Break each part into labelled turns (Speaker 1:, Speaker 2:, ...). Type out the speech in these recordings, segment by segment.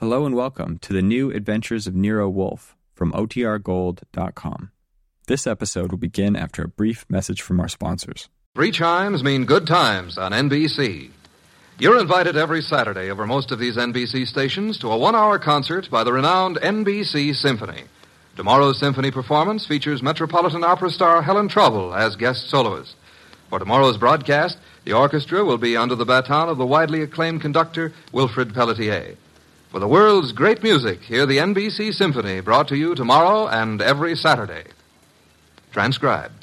Speaker 1: Hello and welcome to the new adventures of Nero Wolf from OTRGold.com. This episode will begin after a brief message from our sponsors.
Speaker 2: Three chimes mean good times on NBC. You're invited every Saturday over most of these NBC stations to a one hour concert by the renowned NBC Symphony. Tomorrow's symphony performance features Metropolitan Opera star Helen Trouble as guest soloist. For tomorrow's broadcast, the orchestra will be under the baton of the widely acclaimed conductor Wilfred Pelletier. For the world's great music, hear the NBC Symphony brought to you tomorrow and every Saturday. Transcribed.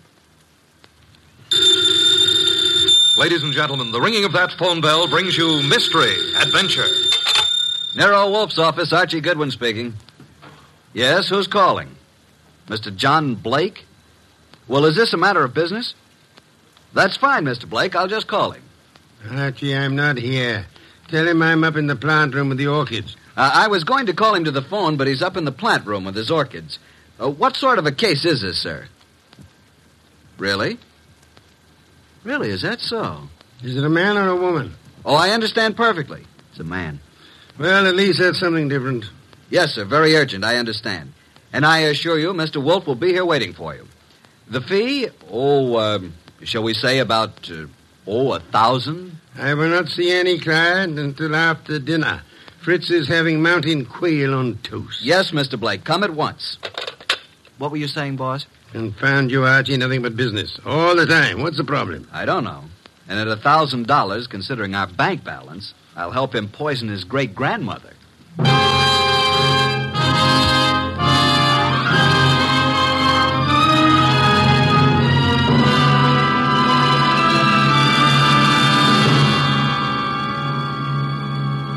Speaker 2: Ladies and gentlemen, the ringing of that phone bell brings you mystery, adventure.
Speaker 3: Nero Wolf's office, Archie Goodwin speaking. Yes, who's calling? Mr. John Blake? Well, is this a matter of business? That's fine, Mr. Blake. I'll just call him.
Speaker 4: Archie, I'm not here. Tell him I'm up in the plant room with the orchids.
Speaker 3: Uh, I was going to call him to the phone, but he's up in the plant room with his orchids. Uh, what sort of a case is this, sir? Really? Really, is that so?
Speaker 4: Is it a man or a woman?
Speaker 3: Oh, I understand perfectly. It's a man.
Speaker 4: Well, at least that's something different.
Speaker 3: Yes, sir. Very urgent. I understand. And I assure you, Mr. Wolf will be here waiting for you. The fee? Oh, um, shall we say about, uh, oh, a thousand?
Speaker 4: I will not see any client until after dinner. Fritz is having mountain quail on toast.
Speaker 3: Yes, Mr. Blake. Come at once. What were you saying, boss?
Speaker 4: Confound you, Archie, nothing but business. All the time. What's the problem?
Speaker 3: I don't know. And at a thousand dollars, considering our bank balance, I'll help him poison his great grandmother.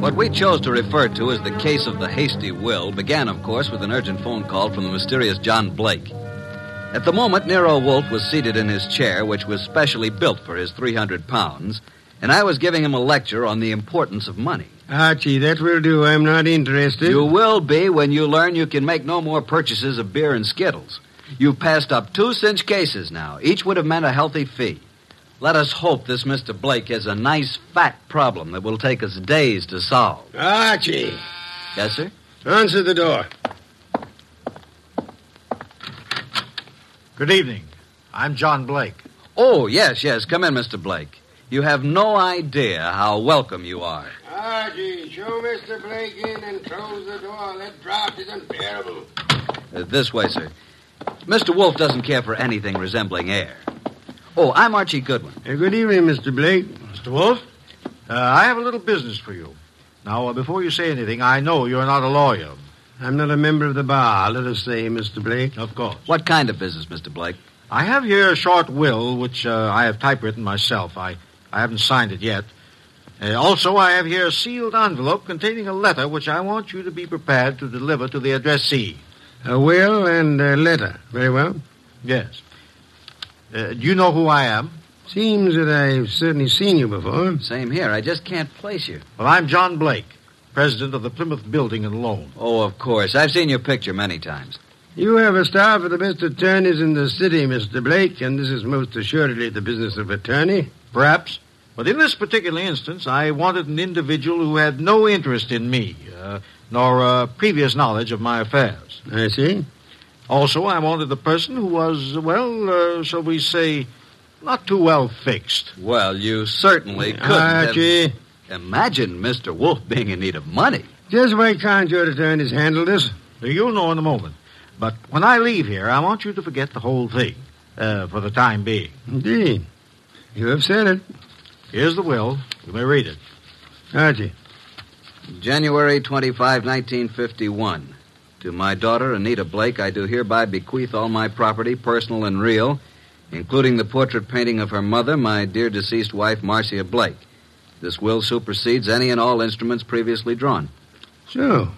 Speaker 3: What we chose to refer to as the case of the hasty will began, of course, with an urgent phone call from the mysterious John Blake. At the moment, Nero Wolfe was seated in his chair, which was specially built for his 300 pounds, and I was giving him a lecture on the importance of money.
Speaker 4: Archie, that will do. I'm not interested.
Speaker 3: You will be when you learn you can make no more purchases of beer and Skittles. You've passed up two cinch cases now. Each would have meant a healthy fee. Let us hope this Mr. Blake has a nice, fat problem that will take us days to solve.
Speaker 4: Archie,
Speaker 3: Yes, sir?
Speaker 4: answer the door.
Speaker 5: Good evening. I'm John Blake.
Speaker 3: Oh, yes, yes. Come in, Mr. Blake. You have no idea how welcome you are.
Speaker 4: Archie, show Mr. Blake in and close the door. That draft is unbearable.
Speaker 3: Uh, this way, sir. Mr. Wolf doesn't care for anything resembling air. Oh, I'm Archie Goodwin.
Speaker 4: good evening, Mr. Blake.
Speaker 5: Mr. Wolf, uh, I have a little business for you. Now, uh, before you say anything, I know you're not a lawyer.
Speaker 4: I'm not a member of the bar, let us say, Mr. Blake.
Speaker 5: Of course.
Speaker 3: What kind of business, Mr. Blake?
Speaker 5: I have here a short will, which uh, I have typewritten myself. I, I haven't signed it yet. Uh, also, I have here a sealed envelope containing a letter which I want you to be prepared to deliver to the addressee.
Speaker 4: A will and a letter. Very well.
Speaker 5: Yes. Uh, do you know who I am?
Speaker 4: Seems that I've certainly seen you before.
Speaker 3: Same here. I just can't place you.
Speaker 5: Well, I'm John Blake, president of the Plymouth Building and Loan.
Speaker 3: Oh, of course. I've seen your picture many times.
Speaker 4: You have a star for the best attorneys in the city, Mr. Blake, and this is most assuredly the business of attorney.
Speaker 5: Perhaps. But in this particular instance, I wanted an individual who had no interest in me, uh, nor uh, previous knowledge of my affairs.
Speaker 4: I see.
Speaker 5: Also, I wanted a person who was, well, uh, shall we say, not too well fixed.
Speaker 3: Well, you certainly couldn't. have-
Speaker 4: Archie,
Speaker 3: Imagine Mr. Wolf being in need of money.
Speaker 4: just why can't your attorneys handle this?
Speaker 5: You'll know in a moment. But when I leave here, I want you to forget the whole thing, uh, for the time being.
Speaker 4: Indeed. You have said it.
Speaker 5: Here's the will. You may read it.
Speaker 4: Archie,
Speaker 3: January 25, 1951. To my daughter, Anita Blake, I do hereby bequeath all my property, personal and real, including the portrait painting of her mother, my dear deceased wife, Marcia Blake, This will supersedes any and all instruments previously drawn.
Speaker 4: So,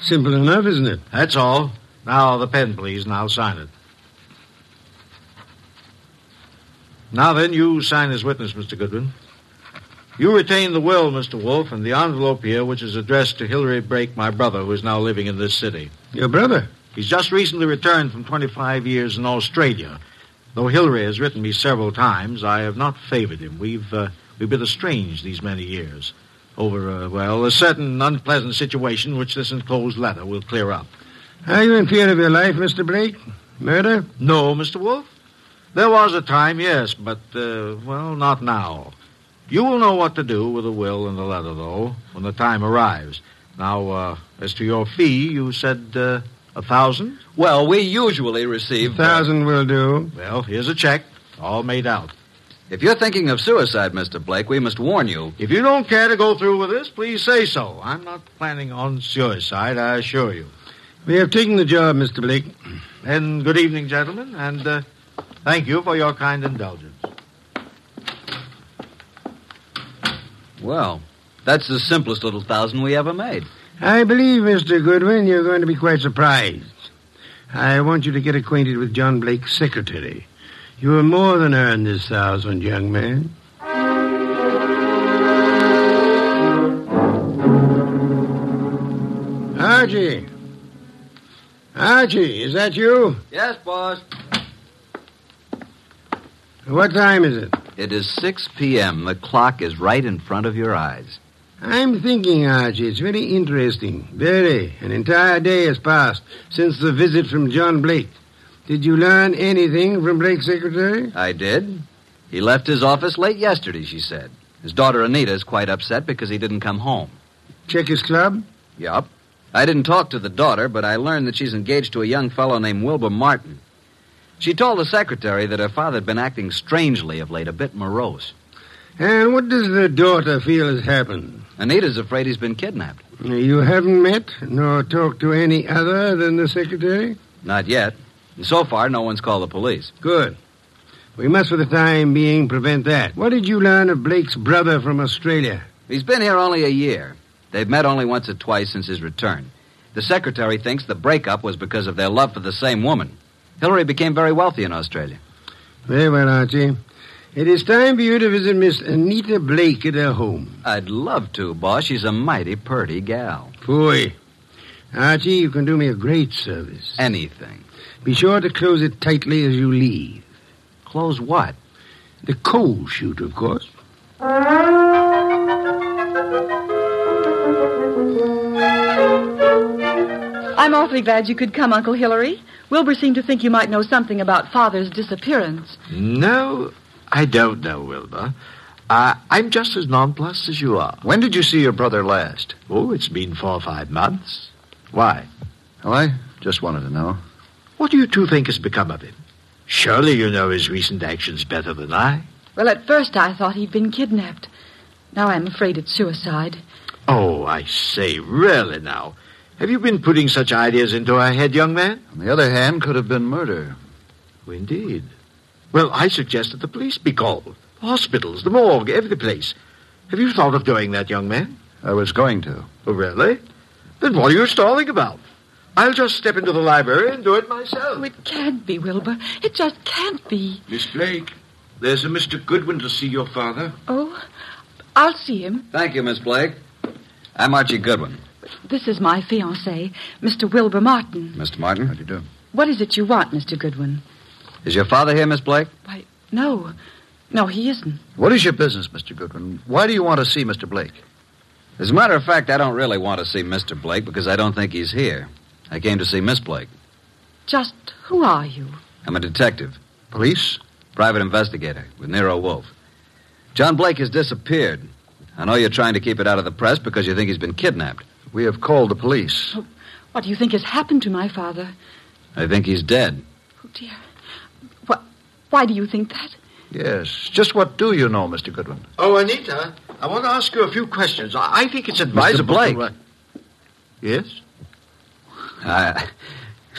Speaker 4: simple enough, isn't it?
Speaker 5: That's all. Now the pen, please, and I'll sign it. Now then, you sign as witness, Mr. Goodwin. You retain the will, Mr. Wolf, and the envelope here, which is addressed to Hilary Brake, my brother, who is now living in this city.
Speaker 4: Your brother.
Speaker 5: He's just recently returned from 25 years in Australia. Though Hilary has written me several times, I have not favored him. We've, uh, we've been estranged these many years over, uh, well, a certain unpleasant situation which this enclosed letter will clear up.
Speaker 4: Are you in fear of your life, Mr. Blake? Murder?
Speaker 5: No, Mr. Wolf. There was a time, yes, but, uh, well, not now. You will know what to do with the will and the letter, though, when the time arrives. Now, uh, as to your fee, you said uh, a thousand?
Speaker 3: Well, we usually receive. uh,
Speaker 4: A thousand will do.
Speaker 5: Well, here's a check, all made out.
Speaker 3: If you're thinking of suicide, Mr. Blake, we must warn you.
Speaker 5: If you don't care to go through with this, please say so. I'm not planning on suicide, I assure you.
Speaker 4: We have taken the job, Mr. Blake.
Speaker 5: Then, good evening, gentlemen, and uh, thank you for your kind indulgence.
Speaker 3: Well, that's the simplest little thousand we ever made.
Speaker 4: I believe, Mr. Goodwin, you're going to be quite surprised. I want you to get acquainted with John Blake's secretary. You will more than earn this thousand, young man. Archie. Archie, is that you?
Speaker 3: Yes, boss.
Speaker 4: What time is it?
Speaker 3: It is 6 p.m. The clock is right in front of your eyes.
Speaker 4: I'm thinking, Archie. It's very interesting. Very. An entire day has passed since the visit from John Blake. Did you learn anything from Blake's secretary?
Speaker 3: I did. He left his office late yesterday, she said. His daughter Anita is quite upset because he didn't come home.
Speaker 4: Check his club?
Speaker 3: Yup. I didn't talk to the daughter, but I learned that she's engaged to a young fellow named Wilbur Martin. She told the secretary that her father had been acting strangely of late, a bit morose.
Speaker 4: And what does the daughter feel has happened?
Speaker 3: Anita's afraid he's been kidnapped.
Speaker 4: You haven't met nor talked to any other than the secretary?
Speaker 3: Not yet. And so far, no one's called the police.
Speaker 4: Good. We must, for the time being, prevent that. What did you learn of Blake's brother from Australia?
Speaker 3: He's been here only a year. They've met only once or twice since his return. The secretary thinks the breakup was because of their love for the same woman. Hillary became very wealthy in Australia.
Speaker 4: Very well, Archie. It is time for you to visit Miss Anita Blake at her home.
Speaker 3: I'd love to, boss. She's a mighty purty gal.
Speaker 4: Fooey. Archie, you can do me a great service.
Speaker 3: Anything.
Speaker 4: Be sure to close it tightly as you leave.
Speaker 3: Close what?
Speaker 4: The coal chute, of course.
Speaker 6: I'm awfully glad you could come, Uncle Hillary. Wilbur seemed to think you might know something about Father's disappearance.
Speaker 5: No, I don't know, Wilbur. Uh, I'm just as nonplussed as you are.
Speaker 2: When did you see your brother last?
Speaker 5: Oh, it's been four or five months. Why?
Speaker 4: Oh,
Speaker 2: Well, I just wanted to know.
Speaker 5: What do you two think has become of him? Surely you know his recent actions better than I.
Speaker 6: Well, at first I thought he'd been kidnapped. Now I'm afraid it's suicide.
Speaker 5: Oh, I say, really now. Have you been putting such ideas into our head, young man?
Speaker 2: On the other hand, could have been murder.
Speaker 5: Indeed. Well, I suggest that the police be called. Hospitals, the morgue, every place. Have you thought of doing that, young man?
Speaker 2: I was going to.
Speaker 5: Oh, really? Then what are you stalling about? I'll just step into the library and do it myself.
Speaker 6: Oh, it can't be, Wilbur. It just can't be.
Speaker 5: Miss Blake, there's a Mr. Goodwin to see your father.
Speaker 6: Oh, I'll see him.
Speaker 3: Thank you, Miss Blake. I'm Archie Goodwin.
Speaker 6: This is my fiancé, Mr. Wilbur Martin.
Speaker 3: Mr. Martin?
Speaker 2: How do you do?
Speaker 6: What is it you want, Mr. Goodwin?
Speaker 3: Is your father here, Miss Blake?
Speaker 6: Why, no. No, he isn't.
Speaker 2: What is your business, Mr. Goodwin? Why do you want to see Mr. Blake?
Speaker 3: As a matter of fact, I don't really want to see Mr. Blake because I don't think he's here. I came to see Miss Blake.
Speaker 6: Just who are you?
Speaker 3: I'm a detective,
Speaker 2: Police?
Speaker 3: private investigator with Nero Wolf. John Blake has disappeared. I know you're trying to keep it out of the press because you think he's been kidnapped.
Speaker 2: We have called the police.
Speaker 6: What do you think has happened to my father?
Speaker 3: I think he's dead.
Speaker 6: Oh, dear. Why, why do you think that?
Speaker 2: Yes. Just what do you know, Mr. Goodwin?
Speaker 5: Oh, Anita, I want to ask you a few questions. I, I think it's advisable.
Speaker 3: Blake.
Speaker 5: to, uh, Yes?
Speaker 3: I,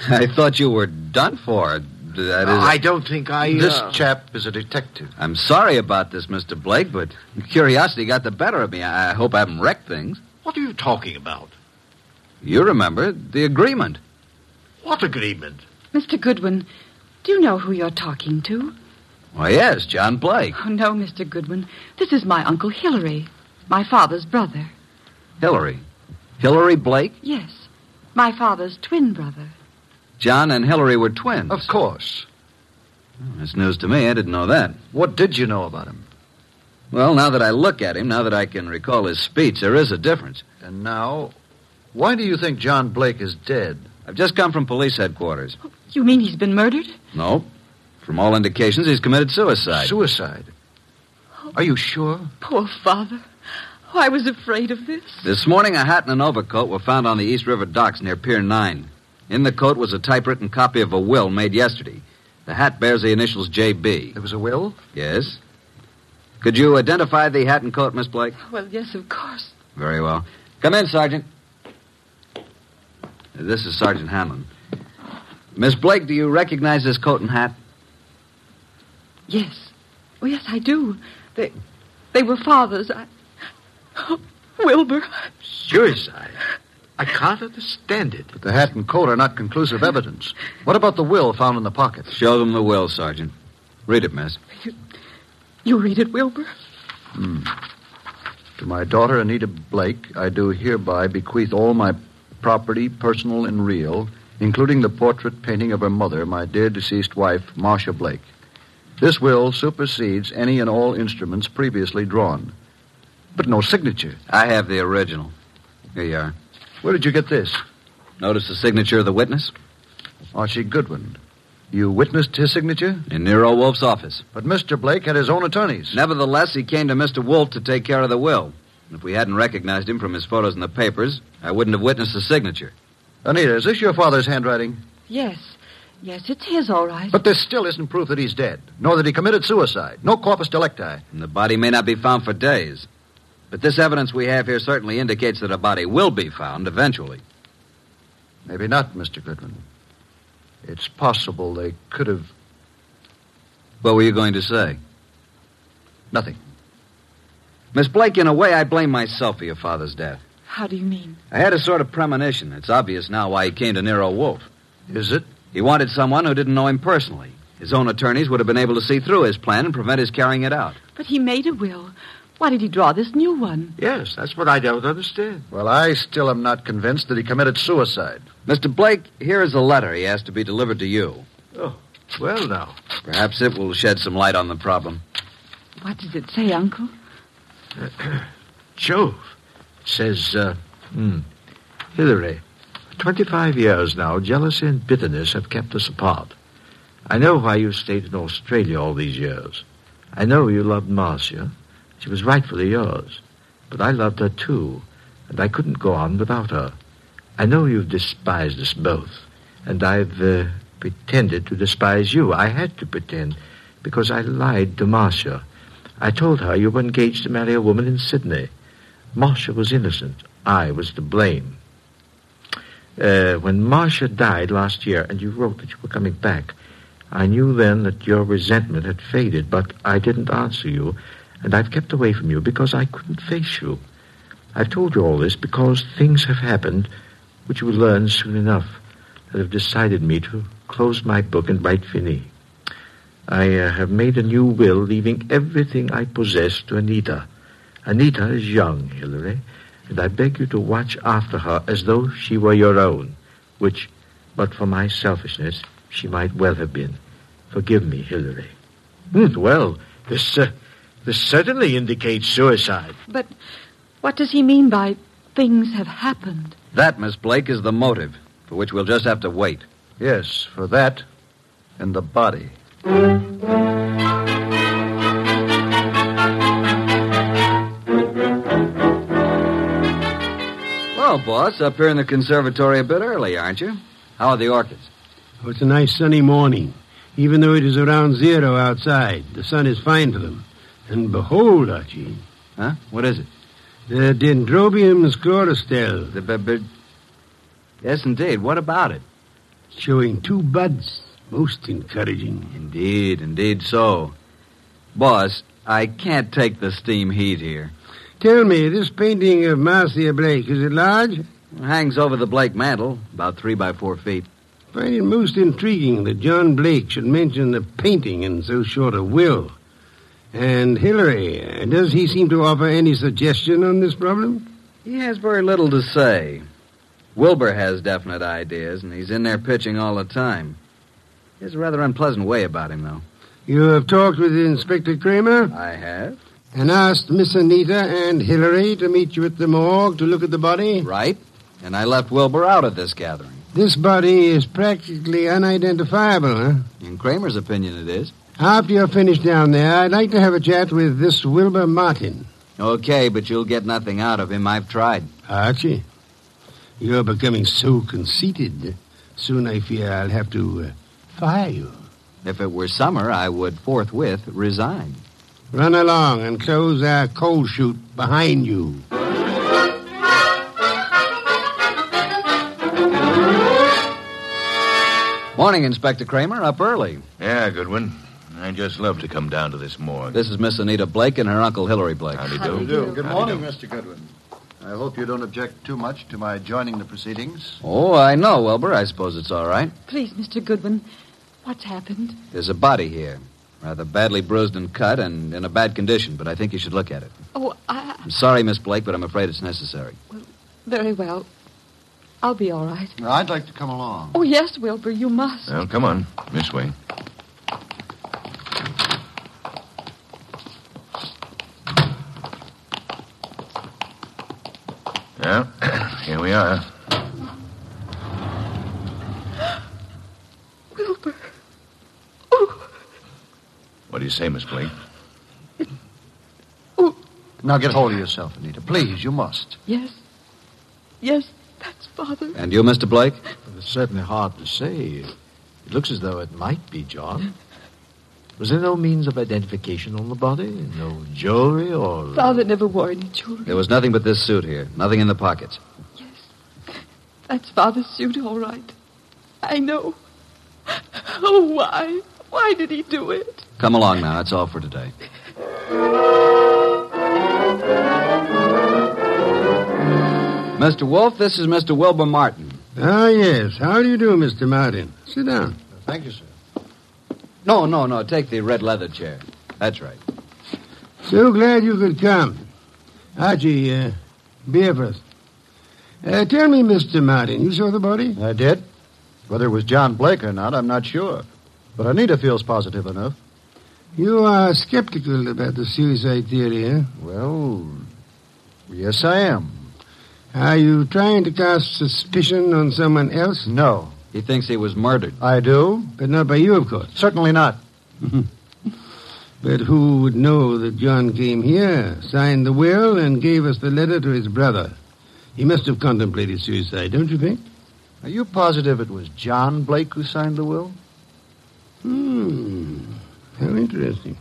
Speaker 3: I thought you were done for. That is.
Speaker 5: I don't think I. uh,
Speaker 4: This
Speaker 5: chap is a detective.
Speaker 3: I'm sorry about this, Mr. Blake, but curiosity got the better of me. I I hope I haven't wrecked things.
Speaker 5: What are you talking about?
Speaker 3: You remember the agreement.
Speaker 5: What agreement?
Speaker 6: Mr. Goodwin, do you know who you're talking to?
Speaker 3: Why, yes, John Blake.
Speaker 6: Oh, no, Mr. Goodwin. This is my Uncle Hilary, my father's brother.
Speaker 3: Hillary. Hillary Blake?
Speaker 6: Yes, my father's twin brother.
Speaker 3: John and Hillary were twins.
Speaker 2: Of course.
Speaker 3: That's news to me. I didn't know that.
Speaker 2: What did you know about him?
Speaker 3: Well, now that I look at him, now that I can recall his speech, there is a difference.
Speaker 2: And now, why do you think John Blake is dead?
Speaker 3: I've just come from police headquarters.
Speaker 6: You mean he's been murdered?
Speaker 3: No. From all indications, he's committed suicide.
Speaker 2: Suicide. Are you sure?
Speaker 6: Poor father. Oh, I was afraid of this.
Speaker 3: This morning, a hat and an overcoat were found on the East River docks near Pier 9. In the coat was a typewritten copy of a will made yesterday. The hat bears the initials J.B.
Speaker 2: There was a will?
Speaker 3: Yes? Could you identify the hat and coat, Miss Blake?
Speaker 6: Well, yes, of course.
Speaker 3: Very well. Come in, Sergeant. This is Sergeant Hanlon. Miss Blake, do you recognize this coat and hat?
Speaker 6: Yes. Oh, yes, I do. They, they were father's. I... Oh, Wilbur.
Speaker 5: Suicide. I can't understand it.
Speaker 2: The hat and coat are not conclusive evidence. What about the will found in the pocket?
Speaker 3: Show them the will, Sergeant. Read it, miss.
Speaker 6: You read it, Wilbur.
Speaker 2: To my daughter, Anita Blake, I do hereby bequeath all my property, personal and real, including the portrait painting of her mother, my dear deceased wife, Marcia Blake. This will supersedes any and all instruments previously drawn. But no signature.
Speaker 3: I have the original. Here you are.
Speaker 2: Where did you get this?
Speaker 3: Notice the signature of the witness?
Speaker 2: Archie Goodwin. You witnessed his signature?
Speaker 3: In Nero Wolf's office.
Speaker 2: But Mr. Blake had his own attorneys.
Speaker 3: Nevertheless, he came to Mr. Wolf to take care of the will. If we hadn't recognized him from his photos in the papers, I wouldn't have witnessed the signature.
Speaker 2: Anita, is this your father's handwriting?
Speaker 6: Yes. Yes, it's his, all right.
Speaker 2: But this still isn't proof that he's dead, nor that he committed suicide. No corpus delicti.
Speaker 3: And the body may not be found for days. But this evidence we have here certainly indicates that a body will be found eventually.
Speaker 2: Maybe not, Mr. Goodwin. It's possible they could have
Speaker 3: What were you going to say?
Speaker 2: nothing.
Speaker 3: Miss Blake, in a way, I blame myself for your father's death.
Speaker 6: How do you mean?
Speaker 3: I had a sort of premonition. It's obvious now why he came to Nero Wolf.
Speaker 2: Is it?
Speaker 3: He wanted someone who didn't know him personally. His own attorneys would have been able to see through his plan and prevent his carrying it out.
Speaker 6: But he made a will. Why did he draw this new one?
Speaker 5: Yes, that's what I don't understand.
Speaker 2: Well, I still am not convinced that he committed suicide.
Speaker 3: Mr. Blake, here is a letter he asked to be delivered to you.
Speaker 5: Well, now.
Speaker 3: Perhaps it will shed some light on the problem.
Speaker 6: What does it say, Uncle?
Speaker 5: Jove. It says, uh, hmm, Hillary, for 25 years now, jealousy and bitterness have kept us apart. I know why you stayed in Australia all these years. I know you loved Marcia. She was rightfully yours. But I loved her too, and I couldn't go on without her. I know you've despised us both, and I've uh, pretended to despise you. I had to pretend, because I lied to Marcia. I told her you were engaged to marry a woman in Sydney. Marcia was innocent. I was to blame. Uh, when Marcia died last year and you wrote that you were coming back, I knew then that your resentment had faded, but I didn't answer you, and I've kept away from you because I couldn't face you. I've told you all this because things have happened which you will learn soon enough that have decided me to close my book and write Finis. I uh, have made a new will, leaving everything I possess to Anita. Anita is young, Hilary, and I beg you to watch after her as though she were your own, which, but for my selfishness, she might well have been. Forgive me, Hilary. Hmm, well, this, uh, this certainly indicates suicide.
Speaker 6: But what does he mean by things have happened?
Speaker 3: That, Miss Blake, is the motive, for which we'll just have to wait.
Speaker 2: Yes, for that and the body.
Speaker 3: Well, boss, up here in the conservatory a bit early, aren't you? How are the orchids?
Speaker 4: Oh, it's a nice sunny morning. Even though it is around zero outside, the sun is fine for them. And behold, Archie,
Speaker 3: Huh? What is it?
Speaker 4: the Dendrobium sclorostel
Speaker 3: The, b- b- Yes, indeed. What about it?
Speaker 4: showing two buds. Most encouraging.
Speaker 3: Indeed, indeed so. Boss, I can't take the steam heat here.
Speaker 4: Tell me, this painting of Marcia Blake, is it large?
Speaker 3: It hangs over the Blake mantel, about three by four feet.
Speaker 4: find it most intriguing that John Blake should mention the painting in so short a will. And Hillary, uh, does he seem to offer any suggestion on this problem?
Speaker 3: He has very little to say. Wilbur has definite ideas, and he's in there pitching all the time. He has a rather unpleasant way about him, though.
Speaker 4: You have talked with Inspector Kramer
Speaker 3: I have.
Speaker 4: and asked Miss Anita and Hillary to meet you at the morgue to look at the body.
Speaker 3: Right? And I left Wilbur out of this gathering.
Speaker 4: This body is practically unidentifiable, huh?
Speaker 3: In Kramer's opinion, it is.
Speaker 4: After you're finished down there, I'd like to have a chat with this Wilbur Martin.
Speaker 3: Okay, but you'll get nothing out of him. I've tried.
Speaker 4: Archie, you're becoming so conceited. Soon I fear I'll have to uh, fire you.
Speaker 3: If it were summer, I would forthwith resign.
Speaker 4: Run along and close our coal chute behind you.
Speaker 3: Morning, Inspector Kramer. Up early.
Speaker 7: Yeah, Goodwin. I just love to come down to this morgue.
Speaker 3: This is Miss Anita Blake and her uncle Hillary Blake.
Speaker 7: Howdy
Speaker 6: Howdy
Speaker 7: do.
Speaker 6: do. Good
Speaker 7: Howdy do.
Speaker 8: Mr. Goodwin. I hope you don't object too much to my joining the proceedings.
Speaker 3: Oh, I know, Wilbur. I suppose it's all right.
Speaker 6: Please, Mr. Goodwin, what's happened?
Speaker 3: There's a body here. Rather badly bruised and cut and in a bad condition, but I think you should look at it.
Speaker 6: Oh, I,
Speaker 3: I'm sorry, Miss Blake, but I'm afraid it's necessary.
Speaker 6: very well. I'll be all right.
Speaker 8: I'd like to come along.
Speaker 6: Oh, yes, Wilbur, you must.
Speaker 7: Well, come on. This way. Well, here we are.
Speaker 6: Wilbur. Oh,
Speaker 7: What do you say, Miss Blake?
Speaker 8: Now get hold of yourself, Anita. Please, you must.
Speaker 6: yes. Yes, that's Father.
Speaker 3: And you, Mr. Blake?
Speaker 5: It's certainly hard to say. It looks as though it might be John. Was there no means of identification on the body? No jewelry or.
Speaker 6: Father never wore any jewelry.
Speaker 3: There was nothing but this suit here, nothing in the pockets.
Speaker 6: Yes. That's Father's suit, all right. I know. Oh, why? Why did he do it?
Speaker 3: Come along now. That's all for today. Mr. Wolf, this is Mr. Wilbur Martin.
Speaker 4: Ah, yes. How do you do, Mr. Martin? Sit down.
Speaker 8: Thank you, sir.
Speaker 3: No, no, no. Take the red leather chair. That's right.
Speaker 4: So glad you could come. Archie, uh, beer first. Uh, tell me, Mr. Martin, you saw the body?
Speaker 8: I did. Whether it was John Blake or not, I'm not sure. But Anita feels positive enough.
Speaker 4: You are skeptical about the suicide theory, eh?
Speaker 8: Well, yes, I am.
Speaker 4: Are you trying to cast suspicion on someone else?
Speaker 8: No,
Speaker 3: He thinks he was murdered.
Speaker 8: I do.
Speaker 4: But not by you, of course.
Speaker 8: Certainly not.
Speaker 4: But who would know that John came here, signed the will, and gave us the letter to his brother? He must have contemplated suicide, don't you think?
Speaker 8: Are you positive it was John Blake who signed the will?
Speaker 4: Hmm. How interesting.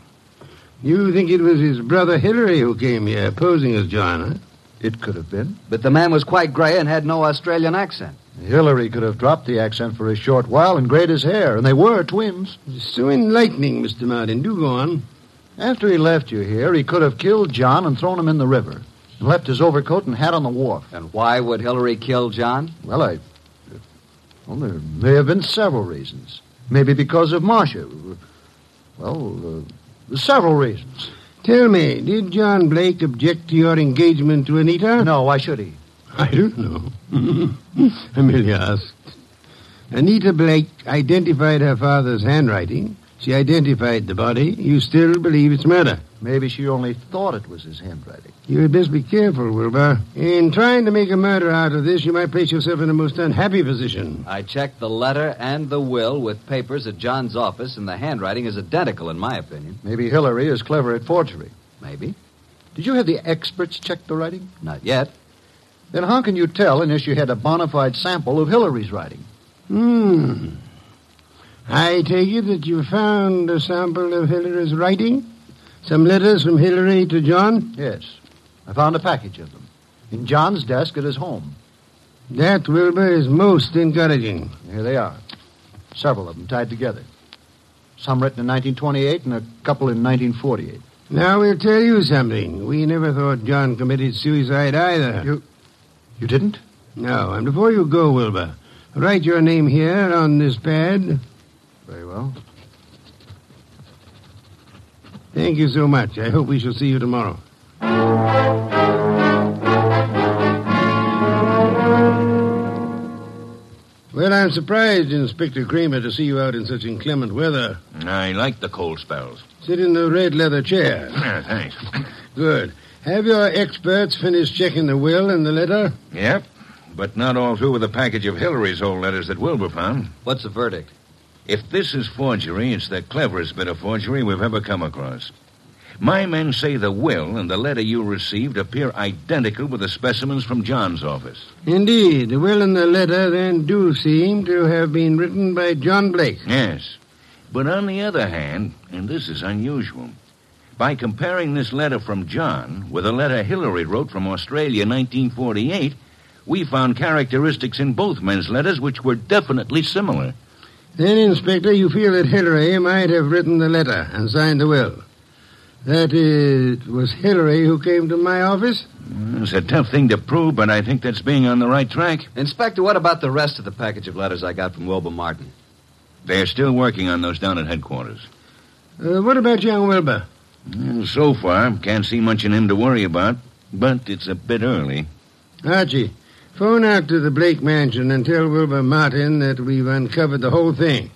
Speaker 4: You think it was his brother Hillary who came here, posing as John, huh?
Speaker 8: It could have been.
Speaker 3: But the man was quite gray and had no Australian accent.
Speaker 8: Hillary could have dropped the accent for a short while and grayed his hair, and they were twins.
Speaker 4: So enlightening, Mr. Martin. Do go on.
Speaker 8: After he left you here, he could have killed John and thrown him in the river, and left his overcoat and hat on the wharf.
Speaker 3: And why would Hillary kill John?
Speaker 8: Well, I. Well, there may have been several reasons. Maybe because of Marcia. Well, uh, several reasons.
Speaker 4: Tell me, did John Blake object to your engagement to Anita?
Speaker 8: No, why should he?
Speaker 4: I don't know. I merely asked. Anita Blake identified her father's handwriting. She identified the body. You still believe it's murder.
Speaker 8: Maybe she only thought it was his handwriting.
Speaker 4: You had best be careful, Wilbur. In trying to make a murder out of this, you might place yourself in a most unhappy position.
Speaker 3: I checked the letter and the will with papers at John's office, and the handwriting is identical, in my opinion.
Speaker 8: Maybe Hillary is clever at forgery.
Speaker 3: Maybe.
Speaker 8: Did you have the experts check the writing?
Speaker 3: Not yet.
Speaker 8: Then how can you tell unless you had a bona fide sample of Hillary's writing?
Speaker 4: Hmm. I take it that you found a sample of Hillary's writing? Some letters from Hillary to John?
Speaker 8: Yes. I found a package of them in John's desk at his home.
Speaker 4: That, Wilbur, is most encouraging.
Speaker 8: Here they are.
Speaker 3: Several of them tied together. Some written in 1928 and a couple in 1948.
Speaker 4: Now we'll tell you something. We never thought John committed suicide either.
Speaker 3: You- You didn't?
Speaker 4: No, and before you go, Wilbur, write your name here on this pad.
Speaker 3: Very well.
Speaker 4: Thank you so much. I hope we shall see you tomorrow. Well, I'm surprised, Inspector Kramer, to see you out in such inclement weather.
Speaker 5: I like the cold spells.
Speaker 4: Sit in the red leather chair.
Speaker 5: Yeah, thanks.
Speaker 4: Good. Have your experts finished checking the will and the letter?
Speaker 5: Yep. But not all through with the package of Hillary's old letters that Wilbur found.
Speaker 9: What's the verdict?
Speaker 5: If this is forgery, it's the cleverest bit of forgery we've ever come across. My men say the will and the letter you received appear identical with the specimens from John's office.
Speaker 4: Indeed, the will and the letter then do seem to have been written by John Blake.
Speaker 5: Yes. But on the other hand, and this is unusual, by comparing this letter from John with a letter Hillary wrote from Australia in 1948, we found characteristics in both men's letters which were definitely similar.
Speaker 4: Then, Inspector, you feel that Hillary might have written the letter and signed the will. That it was Hillary who came to my office?
Speaker 5: It's a tough thing to prove, but I think that's being on the right track.
Speaker 9: Inspector, what about the rest of the package of letters I got from Wilbur Martin?
Speaker 5: They're still working on those down at headquarters.
Speaker 4: Uh, what about young Wilbur?
Speaker 5: Well, So far, can't see much in him to worry about, but it's a bit early.
Speaker 4: Archie, phone out to the Blake mansion and tell Wilbur Martin that we've uncovered the whole thing.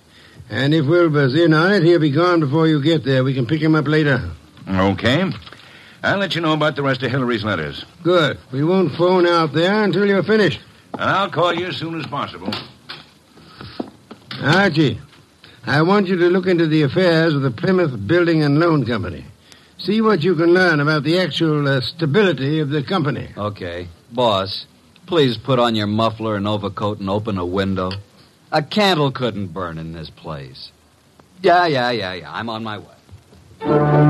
Speaker 4: And if Wilbur's in on it, he'll be gone before you get there. We can pick him up later.
Speaker 5: Okay. I'll let you know about the rest of Hillary's letters.
Speaker 4: Good. We won't phone out there until you're finished.
Speaker 5: And I'll call you as soon as possible.
Speaker 4: Archie, I want you to look into the affairs of the Plymouth Building and Loan Company. See what you can learn about the actual uh, stability of the company.
Speaker 9: Okay. Boss, please put on your muffler and overcoat and open a window. A candle couldn't burn in this place. Yeah, yeah, yeah, yeah. I'm on my way.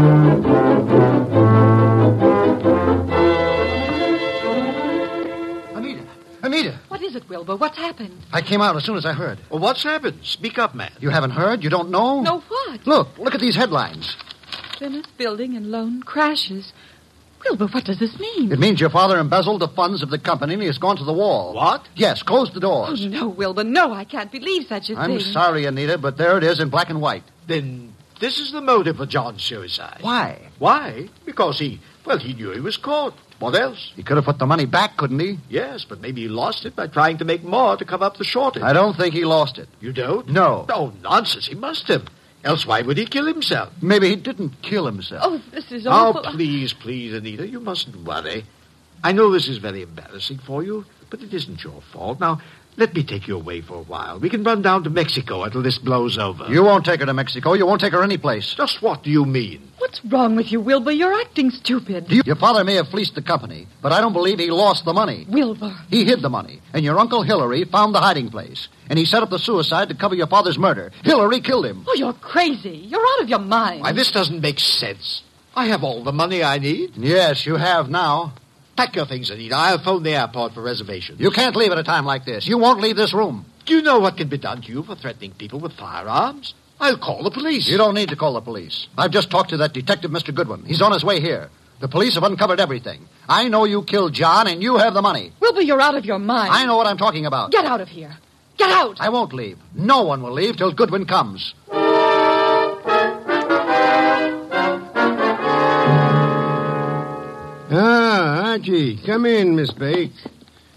Speaker 3: Anita! Anita!
Speaker 6: What is it, Wilbur? What's happened?
Speaker 3: I came out as soon as I heard.
Speaker 10: Well, what's happened? Speak up, man.
Speaker 3: You haven't heard? You don't know?
Speaker 6: No, what?
Speaker 3: Look, look at these headlines.
Speaker 6: Plymouth building and loan crashes. Wilbur, what does this mean?
Speaker 3: It means your father embezzled the funds of the company and he has gone to the wall.
Speaker 10: What?
Speaker 3: Yes, close the
Speaker 6: Oh,
Speaker 3: doors.
Speaker 6: no, Wilbur, no, I can't believe such a
Speaker 3: I'm
Speaker 6: thing.
Speaker 3: sorry, Anita, but there it is in black and white.
Speaker 10: Then this is the motive for John's suicide.
Speaker 3: Why?
Speaker 10: Why? Because he, well, he knew he was caught. What else?
Speaker 3: He could have put the money back, couldn't he?
Speaker 10: Yes, but maybe he lost it by trying to make more to cover up the shortage.
Speaker 3: I don't think he lost it.
Speaker 10: You don't?
Speaker 3: No.
Speaker 10: Oh, nonsense. He must have. Else why would he kill himself?
Speaker 3: Maybe he didn't kill himself.
Speaker 6: Oh, this is
Speaker 10: Oh,
Speaker 6: awful.
Speaker 10: please, please, Anita, you mustn't worry. I know this is very embarrassing for you, but it isn't your fault. Now, let me take you away for a while. We can run down to Mexico until this blows over.
Speaker 3: You won't take her to Mexico. You won't take her anyplace.
Speaker 10: Just what do you mean?
Speaker 6: What's wrong with you, Wilbur? You're acting stupid.
Speaker 3: You- Your father may have fleeced the company, but I don't believe he lost the money.
Speaker 6: Wilbur.
Speaker 3: He hid the money, and your uncle Hillary found the hiding place. And he set up the suicide to cover your father's murder. Hillary killed him.
Speaker 6: Oh, you're crazy. You're out of your mind.
Speaker 10: Why, this doesn't make sense. I have all the money I need.
Speaker 3: Yes, you have now.
Speaker 10: Pack your things, Anita. I'll phone the airport for reservations.
Speaker 3: You can't leave at a time like this. You won't leave this room.
Speaker 10: Do you know what can be done to you for threatening people with firearms? I'll call the police.
Speaker 3: You don't need to call the police. I've just talked to that detective, Mr. Goodwin. He's on his way here. The police have uncovered everything. I know you killed John, and you have the money.
Speaker 6: Wilbur, you're out of your mind.
Speaker 3: I know what I'm talking about.
Speaker 6: Get out of here. Get out.
Speaker 3: I won't leave. No one will leave till Goodwin comes.
Speaker 4: Ah, Archie, come in, Miss Blake.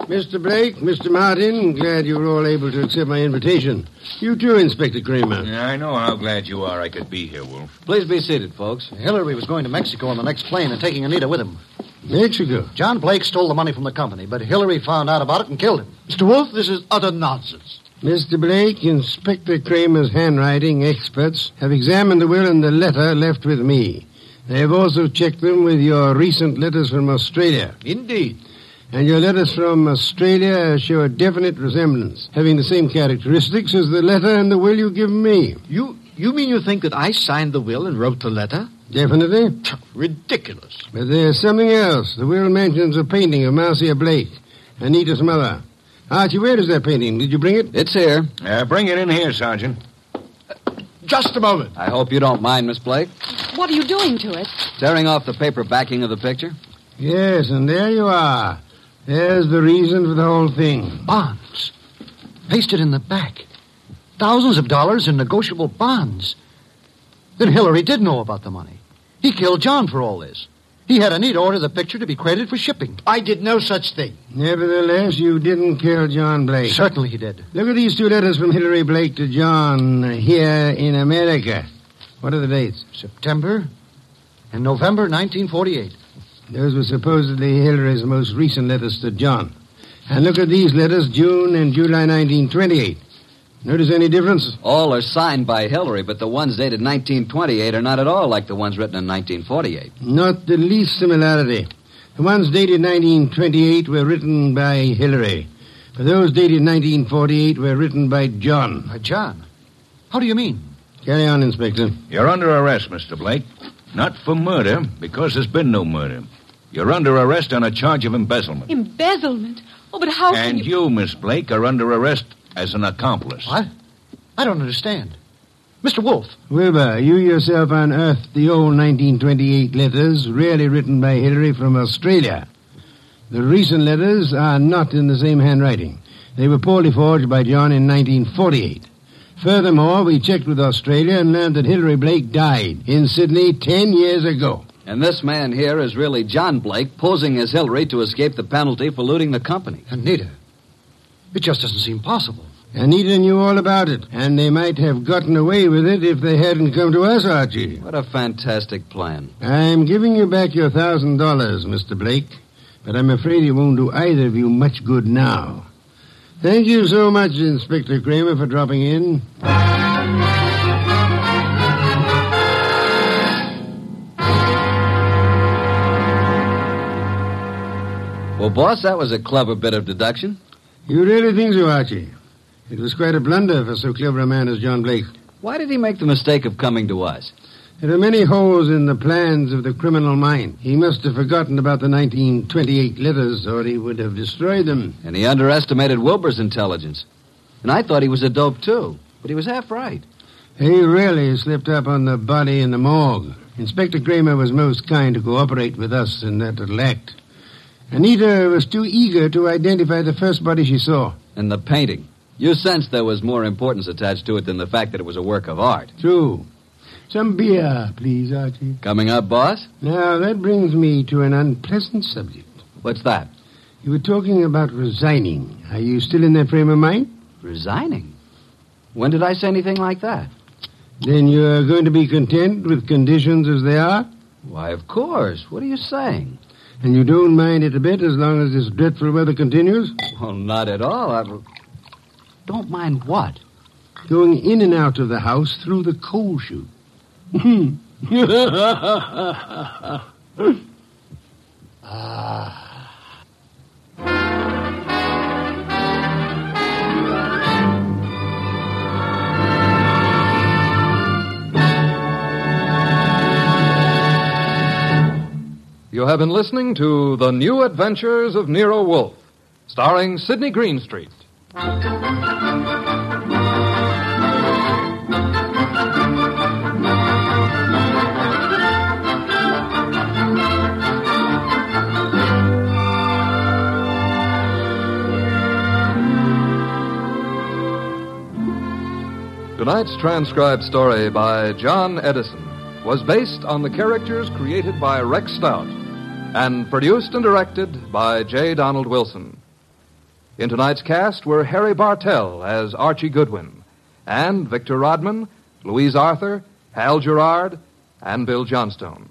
Speaker 4: Mr. Blake, Mr. Martin, glad you were all able to accept my invitation. You too, Inspector Kramer.
Speaker 5: Yeah, I know how glad you are I could be here, Wolf.
Speaker 9: Please be seated, folks.
Speaker 3: Hillary was going to Mexico on the next plane and taking Anita with him.
Speaker 4: Mexico.
Speaker 3: John Blake stole the money from the company, but Hillary found out about it and killed him.
Speaker 10: Mr. Wolf, this is utter nonsense.
Speaker 4: Mr. Blake, Inspector Kramer's handwriting experts have examined the will and the letter left with me. They have also checked them with your recent letters from Australia.
Speaker 10: Indeed.
Speaker 4: And your letters from Australia show a definite resemblance, having the same characteristics as the letter and the will you give me.
Speaker 10: You you mean you think that I signed the will and wrote the letter?
Speaker 4: Definitely.
Speaker 10: Ridiculous.
Speaker 4: But there's something else. The will mentions a painting of Marcia Blake, Anita's mother. Archie, where is that painting? Did you bring it?
Speaker 3: It's here.
Speaker 7: Uh, bring it in here, Sergeant.
Speaker 10: Uh,
Speaker 8: Just a moment.
Speaker 3: I hope you don't mind, Miss Blake.
Speaker 11: What are you doing to it?
Speaker 3: Tearing off the paper backing of the picture.
Speaker 4: Yes, and there you are. There's the reason for the whole thing.
Speaker 8: Bonds. Pasted in the back. Thousands of dollars in negotiable bonds. Then Hillary did know about the money. He killed John for all this. He had Anita order the picture to be credited for shipping.
Speaker 12: I did no such thing.
Speaker 4: Nevertheless, you didn't kill John Blake.
Speaker 8: Certainly he did.
Speaker 4: Look at these two letters from Hillary Blake to John uh, here in America. What are the dates?
Speaker 8: September and November 1948.
Speaker 4: Those were supposedly Hillary's most recent letters to John. And look at these letters, June and July 1928. Notice any difference?
Speaker 3: All are signed by Hillary, but the ones dated 1928 are not at all like the ones written in 1948.
Speaker 4: Not the least similarity. The ones dated 1928 were written by Hillary. But those dated 1948 were written by John.
Speaker 8: By John? How do you mean?
Speaker 4: Carry on, Inspector.
Speaker 7: You're under arrest, Mr. Blake. Not for murder, because there's been no murder. You're under arrest on a charge of embezzlement.
Speaker 11: Embezzlement. Oh, but how can
Speaker 7: And
Speaker 11: you...
Speaker 7: you, Miss Blake, are under arrest as an accomplice.
Speaker 8: What? I don't understand. Mr. Wolf.
Speaker 4: Wilbur, you yourself unearthed the old 1928 letters, really written by Hillary from Australia. The recent letters are not in the same handwriting. They were poorly forged by John in 1948. Furthermore, we checked with Australia and learned that Hillary Blake died in Sydney ten years ago.
Speaker 3: And this man here is really John Blake posing as Hillary to escape the penalty for looting the company.
Speaker 8: Anita. It just doesn't seem possible.
Speaker 4: Anita knew all about it, and they might have gotten away with it if they hadn't come to us, Archie.
Speaker 3: What a fantastic plan.
Speaker 4: I'm giving you back your thousand dollars, Mr. Blake, but I'm afraid it won't do either of you much good now. Thank you so much, Inspector Kramer, for dropping in.
Speaker 3: Well, boss, that was a clever bit of deduction.
Speaker 4: You really think so, Archie? It was quite a blunder for so clever a man as John Blake.
Speaker 3: Why did he make the mistake of coming to us?
Speaker 4: There are many holes in the plans of the criminal mind. He must have forgotten about the 1928 letters, or he would have destroyed them.
Speaker 3: And he underestimated Wilbur's intelligence. And I thought he was a dope, too. But he was half right.
Speaker 4: He really slipped up on the body in the morgue. Inspector Kramer was most kind to cooperate with us in that little act. Anita was too eager to identify the first body she saw.
Speaker 3: And the painting. You sensed there was more importance attached to it than the fact that it was a work of art.
Speaker 4: True. Some beer, please, Archie.
Speaker 3: Coming up, boss?
Speaker 4: Now, that brings me to an unpleasant subject.
Speaker 3: What's that?
Speaker 4: You were talking about resigning. Are you still in that frame of mind?
Speaker 3: Resigning. When did I say anything like that?
Speaker 4: Then you're going to be content with conditions as they are?
Speaker 3: Why, of course. What are you saying?
Speaker 4: And you don't mind it a bit as long as this dreadful weather continues?
Speaker 3: Well, not at all. I don't mind what.
Speaker 4: Going in and out of the house through the coal chute.
Speaker 2: You have been listening to The New Adventures of Nero Wolf, starring Sidney Greenstreet. Tonight's transcribed story by John Edison was based on the characters created by Rex Stout and produced and directed by J. Donald Wilson. In tonight's cast were Harry Bartell as Archie Goodwin, and Victor Rodman, Louise Arthur, Hal Gerard, and Bill Johnstone.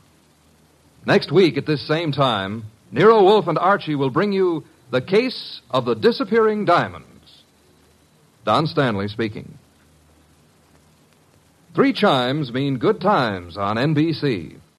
Speaker 2: Next week at this same time, Nero Wolf and Archie will bring you The Case of the Disappearing Diamonds. Don Stanley speaking. Three chimes mean good times on NBC.